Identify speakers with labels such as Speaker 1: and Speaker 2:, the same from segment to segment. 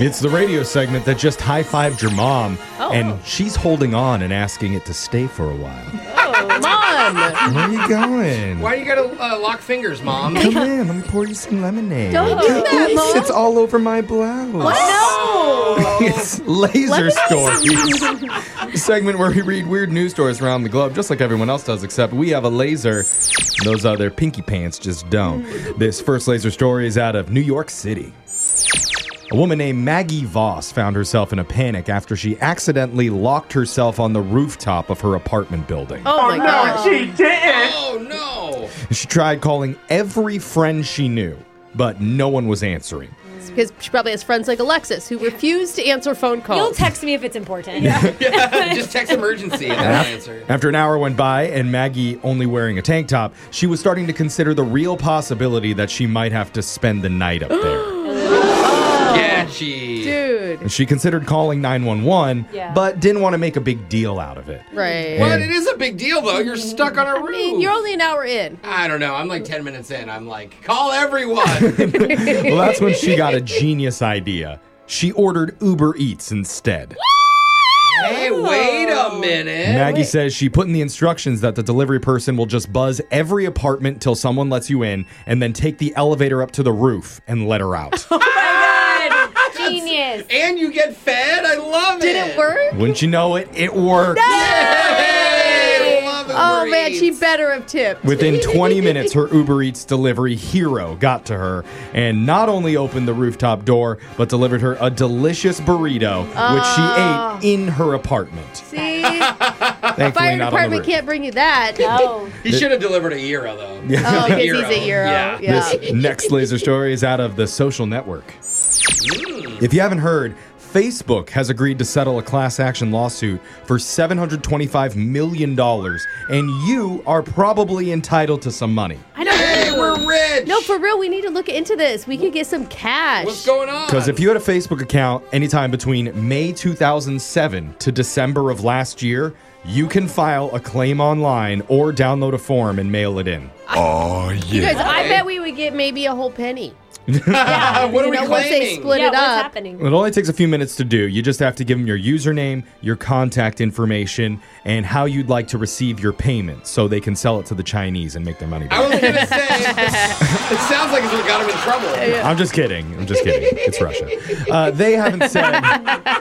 Speaker 1: It's the radio segment that just high fived your mom,
Speaker 2: Oh.
Speaker 1: and she's holding on and asking it to stay for a while.
Speaker 2: Mom!
Speaker 1: Where are you going?
Speaker 3: Why you gotta uh, lock fingers, mom?
Speaker 1: Come in, I'm pour you some lemonade.
Speaker 2: Don't do that,
Speaker 1: Yes,
Speaker 2: Mom.
Speaker 1: It's all over my blouse. Oh
Speaker 2: No!
Speaker 1: It's Laser
Speaker 2: Lemonade.
Speaker 1: Stories. a segment where we read weird news stories around the globe, just like everyone else does, except we have a laser. Those other pinky pants just don't. this first laser story is out of New York City. A woman named Maggie Voss found herself in a panic after she accidentally locked herself on the rooftop of her apartment building.
Speaker 2: Oh, my God.
Speaker 4: she didn't.
Speaker 3: Oh no!
Speaker 1: She tried calling every friend she knew, but no one was answering.
Speaker 2: Because she probably has friends like Alexis who refuse to answer phone
Speaker 5: You'll
Speaker 2: calls.
Speaker 5: text me if it's important.
Speaker 3: Uh, Just text emergency and then I'll answer.
Speaker 1: After an hour went by and Maggie only wearing a tank top, she was starting to consider the real possibility that she might have to spend the night up there.
Speaker 3: Sketchy.
Speaker 2: Oh. Dude.
Speaker 1: And she considered calling 911,
Speaker 5: Yeah.
Speaker 1: but didn't want to make a big deal out of it.
Speaker 2: Right.
Speaker 1: What?
Speaker 3: But it is a big deal though. You're stuck on a
Speaker 2: I
Speaker 3: roof.
Speaker 2: mean, you're only an hour in.
Speaker 3: I don't know. I'm like 10 minutes in. I'm like, call everyone.
Speaker 1: Well, that's when she got a genius idea. She ordered Uber Eats instead.
Speaker 3: hey, wait a minute.
Speaker 1: Maggie says she put in the instructions that the delivery person will just buzz every apartment till someone lets you in and then take the elevator up to the roof and let her out.
Speaker 5: Oh Genius.
Speaker 3: And you get fed? I love it.
Speaker 2: Did it work?
Speaker 1: Wouldn't you know it, it worked.
Speaker 3: Hey, I love it,
Speaker 2: Oh, man,
Speaker 3: Maurice.
Speaker 2: she better have tipped.
Speaker 1: Within 20 minutes, her Uber Eats delivery hero got to her and not only opened the rooftop door, but delivered her a delicious burrito, which she ate in her apartment.
Speaker 2: See?
Speaker 1: Thankfully,
Speaker 2: Ah. Fire
Speaker 1: not on the
Speaker 2: department
Speaker 1: roof.
Speaker 2: can't bring you that.
Speaker 5: Oh.
Speaker 3: He should have delivered a euro though. Yeah.
Speaker 2: Oh, because he's a Euro.
Speaker 3: Yeah.
Speaker 2: Yeah.
Speaker 1: This next laser story is out of the social network.
Speaker 3: Mm.
Speaker 1: If you haven't heard, Facebook has agreed to settle a class action lawsuit for $725 million, and you are probably entitled to some money.
Speaker 2: I don't
Speaker 3: Hey, we're rich.
Speaker 2: No, for real, we need to look into this. We could get some cash.
Speaker 3: What's going on?
Speaker 1: Because if you had a Facebook account anytime between May 2007 to December of last year, you can file a claim online or download a form and mail it in.
Speaker 2: You guys, I
Speaker 3: Okay.
Speaker 2: bet we would get maybe a whole penny.
Speaker 3: Ah, what are
Speaker 2: you
Speaker 3: we
Speaker 2: know, once they
Speaker 3: claiming?
Speaker 2: split
Speaker 5: yeah,
Speaker 2: it
Speaker 5: what's
Speaker 2: up.
Speaker 5: happening?
Speaker 1: It only takes a few minutes to do. You just have to give them your username, your contact information, and how you'd like to receive your payment so they can sell it to the Chinese and make their money
Speaker 3: I
Speaker 1: back.
Speaker 3: was gonna say, it sounds like it's what got him in trouble.
Speaker 1: I'm just kidding. I'm just kidding. It's Russia. Uh, they haven't said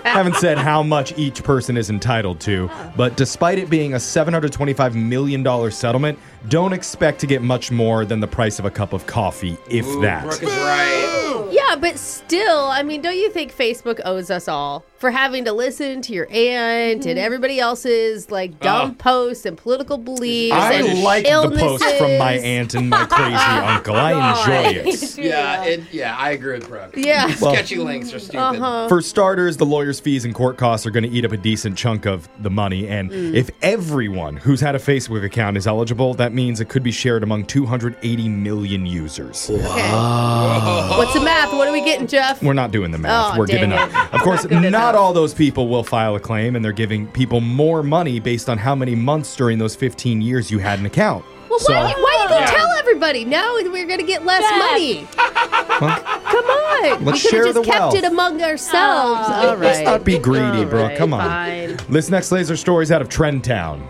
Speaker 1: haven't said how much each person is entitled to, but despite it being a 725 million dollar settlement, don't expect to get much more than the price of a cup of coffee, if
Speaker 3: Ooh,
Speaker 1: that.
Speaker 3: Brooke is right.
Speaker 2: Yeah, but still, I mean, don't you think Facebook owes us all for having to listen to your aunt and everybody else's like dumb
Speaker 3: Uh.
Speaker 2: posts and political beliefs?
Speaker 1: I
Speaker 2: and
Speaker 1: like the post from my
Speaker 2: illnesses?
Speaker 1: aunt and my crazy uncle. I enjoy it.
Speaker 3: Yeah, it, yeah, I agree with Brooke.
Speaker 2: Yeah.
Speaker 1: Well-
Speaker 3: Sketchy links are stupid.
Speaker 2: Uh-huh.
Speaker 1: For starters, the lawyer's fees and court costs are going to eat up a decent chunk of the money. And
Speaker 2: Mm.
Speaker 1: if everyone who's had a Facebook account is eligible, that means it could be shared among 280 million users.
Speaker 2: Okay. What's the math? What are we getting, Jeff?
Speaker 1: We're not doing the math.
Speaker 2: Oh,
Speaker 1: We're
Speaker 2: dang
Speaker 1: giving up.
Speaker 2: it.
Speaker 1: Of course,
Speaker 2: good
Speaker 1: not,
Speaker 2: at that.
Speaker 1: all those people will file a claim, and they're giving people more money based on how many months during those 15 years you had an account.
Speaker 2: well,
Speaker 1: so,
Speaker 2: why, why you gonna
Speaker 3: Yeah.
Speaker 2: tell everybody? Now we're gonna get less
Speaker 5: Jeff.
Speaker 2: money. Come on.
Speaker 1: Let's
Speaker 2: we could
Speaker 1: share
Speaker 2: have just
Speaker 1: the
Speaker 2: kept
Speaker 1: wealth.
Speaker 2: it among ourselves.
Speaker 5: Aw.
Speaker 2: All right.
Speaker 1: Let's not be greedy,
Speaker 2: All
Speaker 1: bro.
Speaker 2: right,
Speaker 1: Come on.
Speaker 2: fine.
Speaker 1: This next laser story is out of Trend Town.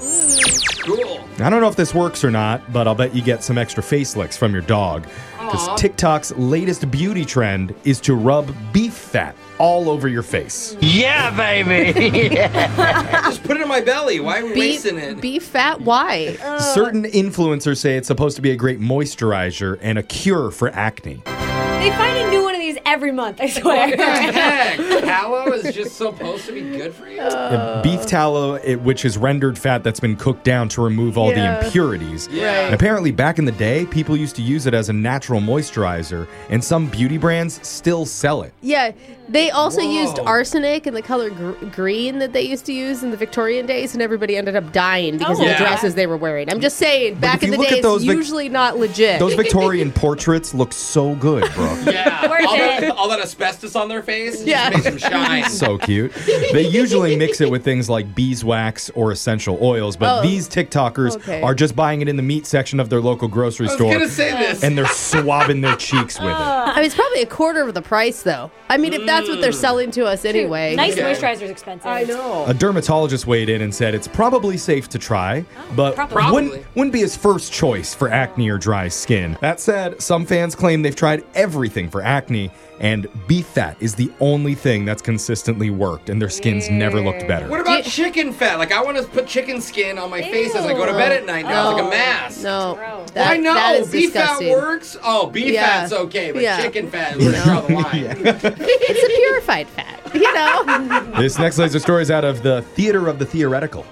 Speaker 3: Cool.
Speaker 1: I don't know if this works or not, but I'll bet you get some extra face licks from your dog. Because TikTok's latest beauty trend is to rub beef fat all over your face.
Speaker 3: Just put it in my belly. Why are we
Speaker 2: Beef,
Speaker 3: wasting it?
Speaker 2: beef fat, why?
Speaker 1: Certain influencers say it's supposed to be a great moisturizer and a cure for acne.
Speaker 5: They find a new one of these every month, I swear.
Speaker 3: Heck, Tallow is just supposed to be good for you.
Speaker 1: Uh, beef tallow, it, which is rendered fat that's been cooked down to remove all
Speaker 2: Yeah.
Speaker 1: the impurities.
Speaker 3: Yeah.
Speaker 1: And apparently, back in the day, people used to use it as a natural moisturizer, and some beauty brands still sell it.
Speaker 2: Yeah, they also
Speaker 3: Whoa.
Speaker 2: used arsenic and the color gr- green that they used to use in the Victorian days, and everybody ended up dying because
Speaker 5: Oh,
Speaker 2: of
Speaker 3: yeah.
Speaker 2: the dresses they were wearing. I'm just saying, back
Speaker 1: if
Speaker 2: in
Speaker 1: you
Speaker 2: the
Speaker 1: look
Speaker 2: day,
Speaker 1: at those
Speaker 2: it's
Speaker 1: Vic-
Speaker 2: usually not legit.
Speaker 1: Those Victorian portraits look so good, bro.
Speaker 3: yeah.
Speaker 5: Worth
Speaker 3: all,
Speaker 5: it.
Speaker 3: That, all that asbestos on their face
Speaker 2: Yeah.
Speaker 3: just makes them shine.
Speaker 1: so cute. They usually mix it with things like beeswax or essential oils, but
Speaker 2: Oh.
Speaker 1: these TikTokers
Speaker 2: Okay.
Speaker 1: are just buying it in the meat section of their local grocery
Speaker 3: I was
Speaker 1: store
Speaker 3: gonna say this.
Speaker 1: and they're swabbing their cheeks with it.
Speaker 2: I mean, it's probably a quarter of the price, though. I mean, if that's what they're selling to us anyway.
Speaker 5: Nice
Speaker 3: Okay.
Speaker 5: moisturizer's expensive.
Speaker 2: know.
Speaker 1: A dermatologist weighed in and said it's probably safe to try,
Speaker 2: Ah,
Speaker 1: but
Speaker 5: probably.
Speaker 1: Wouldn't, wouldn't be his first choice for acne or dry skin. That said, some fans claim they've tried everything for acne, and beef fat is the only thing that's consistently worked, and their skins never looked better.
Speaker 3: What about chicken fat? Like, I want to put chicken skin on my face as I go to bed at night now. It's like a mask.
Speaker 2: No.
Speaker 5: Gross.
Speaker 2: That,
Speaker 3: I know.
Speaker 2: That is
Speaker 3: Oh, beef
Speaker 2: disgusting.
Speaker 3: fat works. Oh, beef
Speaker 2: Yeah.
Speaker 3: fat's okay, but
Speaker 2: Yeah.
Speaker 3: chicken fat is where to draw the line.
Speaker 2: It's a purified fat, you know?
Speaker 1: this next laser story is out of the theater of the theoretical.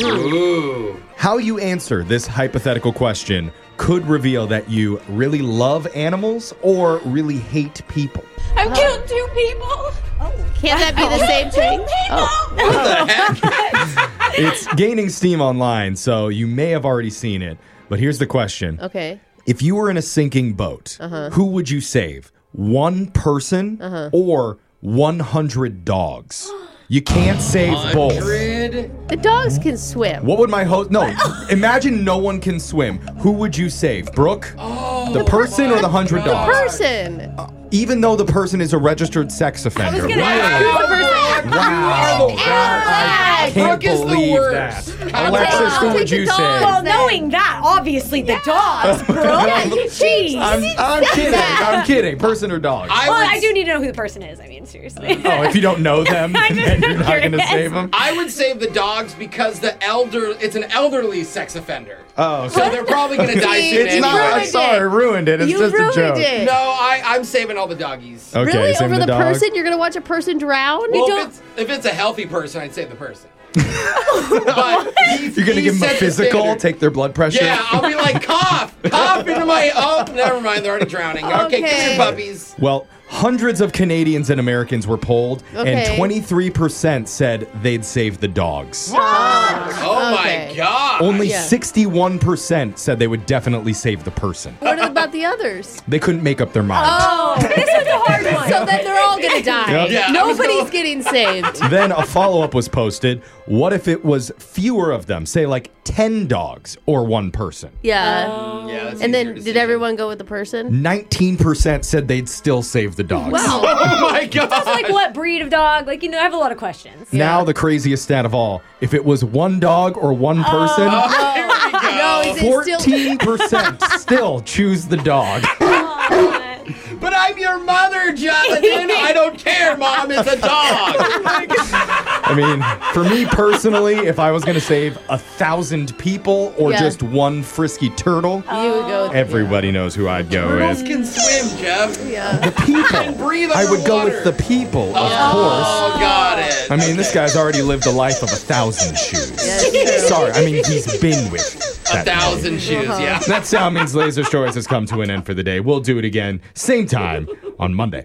Speaker 3: Ooh.
Speaker 1: How you answer this hypothetical question could reveal that you really love animals or really hate people.
Speaker 5: I've killed two people.
Speaker 2: Can't that be the same thing? Oh.
Speaker 1: It's gaining steam online, so you may have already seen it. But here's the question
Speaker 2: Okay.
Speaker 1: If you were in a sinking boat, who would you save? One person or 100 dogs? You can't save both.
Speaker 3: Hundred.
Speaker 2: The dogs can swim.
Speaker 1: What would my host? No, imagine no one can swim. Who would you save, Brooke? the person or the hundred
Speaker 3: The
Speaker 1: dogs?
Speaker 2: Person.
Speaker 1: Even though the person is a registered sex offender.
Speaker 5: gonna
Speaker 1: Wow.
Speaker 5: ask you the person.
Speaker 1: Wow. That- I can't
Speaker 3: Brooke is the
Speaker 1: believe that.
Speaker 3: worst. I'll take-
Speaker 1: Alexis,
Speaker 2: I'll
Speaker 1: who
Speaker 2: take
Speaker 1: would
Speaker 2: the
Speaker 1: you
Speaker 2: dog.
Speaker 1: save?
Speaker 5: Well, knowing that, obviously the dogs, bro. Jeez.
Speaker 1: I'm, I'm kidding. I'm kidding. Person or dog?
Speaker 3: I
Speaker 5: well,
Speaker 3: would
Speaker 5: I do need to know who the person is. I mean, seriously.
Speaker 1: Oh, if you don't know them,
Speaker 5: I'm just
Speaker 1: then you're not going to
Speaker 5: curious.
Speaker 1: save them.
Speaker 3: I would save the dogs because the elder it's an elderly sex offender.
Speaker 1: Oh,
Speaker 3: so they're probably gonna die soon.
Speaker 1: It's not.
Speaker 3: anyway.
Speaker 1: I'm sorry, ruined it. It's
Speaker 2: You
Speaker 1: just
Speaker 2: ruined
Speaker 1: a joke.
Speaker 2: it.
Speaker 3: No, I, I'm saving all the doggies.
Speaker 1: Okay,
Speaker 2: really?
Speaker 1: save
Speaker 2: Over the,
Speaker 1: dog.
Speaker 2: person? You're going to watch a person drown?
Speaker 3: Well, if
Speaker 5: don't-
Speaker 3: it's, if it's a healthy person, I'd save the person. but he's-
Speaker 1: You're gonna
Speaker 3: he
Speaker 1: give them a
Speaker 3: set the
Speaker 1: physical,
Speaker 3: standard.
Speaker 1: take their blood pressure.
Speaker 3: Yeah, I'll be like cough, cough into my. Oh, never mind. They're already drowning. Okay,
Speaker 2: Okay.
Speaker 3: get your puppies.
Speaker 1: Well, hundreds of Canadians and Americans were polled,
Speaker 2: Okay.
Speaker 1: and 23% said they'd save the dogs.
Speaker 3: Oh
Speaker 2: Okay.
Speaker 3: my god.
Speaker 1: Only
Speaker 2: Yeah.
Speaker 1: 61% said they would definitely save the person.
Speaker 2: What about the others?
Speaker 1: They couldn't make up their mind.
Speaker 5: Oh, this was a hard one.
Speaker 2: So then they're all going to die.
Speaker 1: Yep. Yeah,
Speaker 3: I was
Speaker 2: Nobody's
Speaker 3: going-
Speaker 2: getting saved.
Speaker 1: Then a follow up was posted. What if it was fewer of them, say like 10 dogs or one person?
Speaker 2: Yeah.
Speaker 3: Yeah, that's
Speaker 2: and
Speaker 3: easier
Speaker 2: then
Speaker 3: to
Speaker 2: did
Speaker 3: see.
Speaker 2: everyone go with the
Speaker 1: Mm.
Speaker 2: person?
Speaker 1: 19% said they'd still save the dogs.
Speaker 2: Wow.
Speaker 3: Oh my god.
Speaker 5: It's like what breed of dog? Like you know, I have a lot of questions.
Speaker 1: Now
Speaker 2: Yeah.
Speaker 1: the craziest stat of all. If it was one dog or one person,
Speaker 3: Here we go.
Speaker 2: Oh. No, is it Oh. still?
Speaker 1: 14% still choose the dog.
Speaker 3: But I'm your mother, Jonathan. I don't care, mom. It's a dog.
Speaker 1: I mean, for me personally, if I was going to save a thousand people or
Speaker 2: Yeah. Oh.
Speaker 1: just one frisky turtle,
Speaker 2: You would go.
Speaker 1: everybody knows who I'd go
Speaker 3: Girls
Speaker 1: with.
Speaker 3: can swim, Jeff.
Speaker 2: Yeah.
Speaker 1: People.
Speaker 3: Breathe
Speaker 1: I would go with the
Speaker 3: underwater.
Speaker 1: people, of course.
Speaker 3: Oh, got it.
Speaker 1: I mean, this
Speaker 3: Okay.
Speaker 1: guy's already lived the life of a thousand shoes.
Speaker 2: Yes.
Speaker 1: Sorry, I mean, he's been with
Speaker 3: a
Speaker 1: that
Speaker 3: thousand
Speaker 1: name.
Speaker 3: shoes.
Speaker 2: Uh-huh.
Speaker 3: Yeah.
Speaker 1: That sound means Laser Stories has come to an end for the day. We'll do it again, same time on Monday.